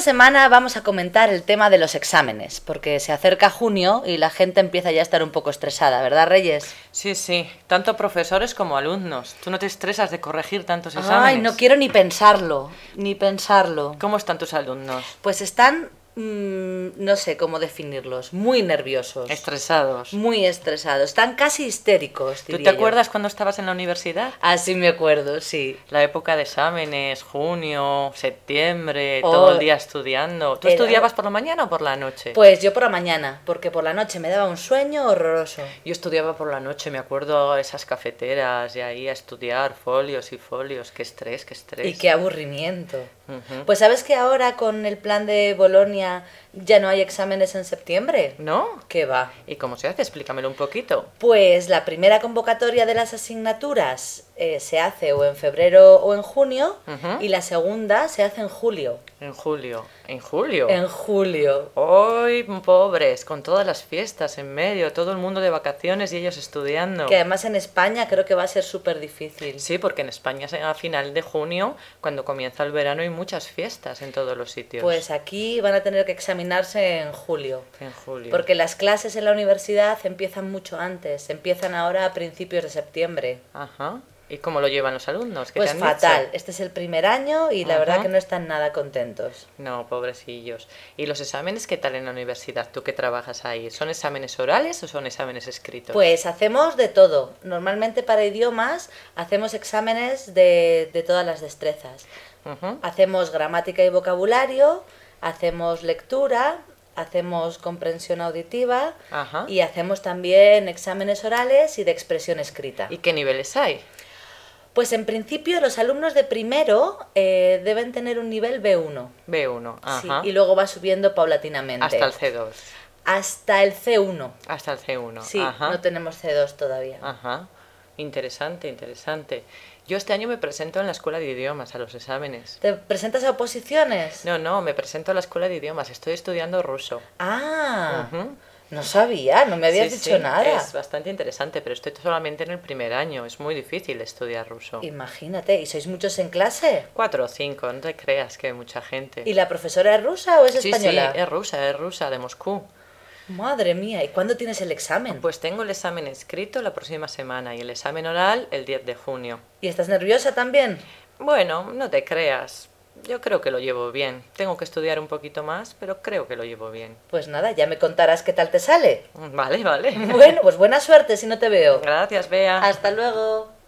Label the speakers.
Speaker 1: semana vamos a comentar el tema de los exámenes, porque se acerca junio y la gente empieza ya a estar un poco estresada, ¿verdad, Reyes?
Speaker 2: Sí, sí, tanto profesores como alumnos. Tú no te estresas de corregir tantos exámenes.
Speaker 1: Ay, no quiero ni pensarlo, ni pensarlo.
Speaker 2: ¿Cómo están tus alumnos?
Speaker 1: Pues están, mm, no sé cómo definirlos, muy nerviosos,
Speaker 2: Pues, Estresados.
Speaker 1: muy estresados, están casi histéricos.
Speaker 2: ¿Tú te
Speaker 1: diría yo.
Speaker 2: acuerdas cuando estabas en la universidad?
Speaker 1: Así me acuerdo, sí.
Speaker 2: La época de exámenes, junio, septiembre,
Speaker 1: Oh.
Speaker 2: todo el día estudiando. ¿Tú
Speaker 1: Era-
Speaker 2: estudiabas por la mañana o por la noche?
Speaker 1: Pues yo por la mañana, porque por la noche me daba un sueño horroroso.
Speaker 2: Yo estudiaba por la noche, me acuerdo esas cafeteras y ahí a estudiar folios y folios. Qué estrés, qué estrés.
Speaker 1: Y qué aburrimiento.
Speaker 2: Ujú.
Speaker 1: Pues sabes que ahora con el plan de Bolonia ya no hay exámenes en septiembre.
Speaker 2: ¿No?
Speaker 1: ¿Qué va?
Speaker 2: ¿Y cómo se hace? Explícamelo un poquito.
Speaker 1: Pues la primera convocatoria de las asignaturas eh, se hace o en febrero o en junio
Speaker 2: Ujú.
Speaker 1: y la segunda se hace en julio.
Speaker 2: En julio. ¿En julio?
Speaker 1: En julio.
Speaker 2: Hoy, pobres, con todas las fiestas en medio, todo el mundo de vacaciones y ellos estudiando.
Speaker 1: Que además en España creo que va a ser súper difícil.
Speaker 2: Sí, porque en España es a final de junio, cuando comienza el verano, hay muchas fiestas en todos los sitios.
Speaker 1: Pues aquí van a tener que examinarse en julio.
Speaker 2: en julio.
Speaker 1: Porque las clases en la universidad empiezan mucho antes, empiezan ahora a principios de septiembre.
Speaker 2: Ajá. ¿Y cómo lo llevan los alumnos? ¿Qué te
Speaker 1: Pues
Speaker 2: han dicho?
Speaker 1: fatal, este es el primer año y la verdad
Speaker 2: Ajá.
Speaker 1: que no están nada contentos.
Speaker 2: No, pobrecillos. ¿Y los exámenes qué tal en la universidad? ¿Tú que trabajas ahí? ¿Son exámenes orales o son exámenes escritos?
Speaker 1: Pues hacemos de todo. Normalmente para idiomas hacemos exámenes de, de todas las destrezas.
Speaker 2: Ujú.
Speaker 1: Hacemos gramática y vocabulario, hacemos lectura, hacemos comprensión auditiva
Speaker 2: Ajá.
Speaker 1: y hacemos también exámenes orales y de expresión escrita.
Speaker 2: ¿Y qué niveles hay?
Speaker 1: Pues en principio los alumnos de primero eh, deben tener un nivel B1
Speaker 2: B1.
Speaker 1: sí,
Speaker 2: Ajá.
Speaker 1: y luego va subiendo paulatinamente.
Speaker 2: Hasta el C2.
Speaker 1: Hasta el C1.
Speaker 2: Hasta el C1.
Speaker 1: Sí,
Speaker 2: Ajá.
Speaker 1: no tenemos C2 todavía.
Speaker 2: Ajá. Interesante, interesante. Yo este año me presento en la escuela de idiomas a los exámenes.
Speaker 1: ¿Te presentas a oposiciones?
Speaker 2: No, no, me presento a la escuela de idiomas. Estoy estudiando ruso.
Speaker 1: Ah,
Speaker 2: Ujú.
Speaker 1: no sabía, no me habías
Speaker 2: Sí,
Speaker 1: dicho
Speaker 2: sí,
Speaker 1: nada.
Speaker 2: Es bastante interesante, pero estoy solamente en el primer año. Es muy difícil estudiar ruso.
Speaker 1: Imagínate, ¿y sois muchos en clase?
Speaker 2: Cuatro o cinco, no te creas que hay mucha gente.
Speaker 1: ¿Y la profesora es rusa o es
Speaker 2: sí, eh.
Speaker 1: española?
Speaker 2: sí, es rusa, es rusa, de Moscú.
Speaker 1: Madre mía, ¿y cuándo tienes el examen?
Speaker 2: Pues tengo el examen escrito la próxima semana y el examen oral el 10 de junio.
Speaker 1: ¿Y estás nerviosa también?
Speaker 2: Bueno, no te creas. Yo creo que lo llevo bien. Tengo que estudiar un poquito más, pero creo que lo llevo bien.
Speaker 1: Pues nada, ya me contarás qué tal te sale.
Speaker 2: Vale, vale.
Speaker 1: Bueno, pues buena suerte si no te veo.
Speaker 2: Gracias, Bea.
Speaker 1: Hasta luego.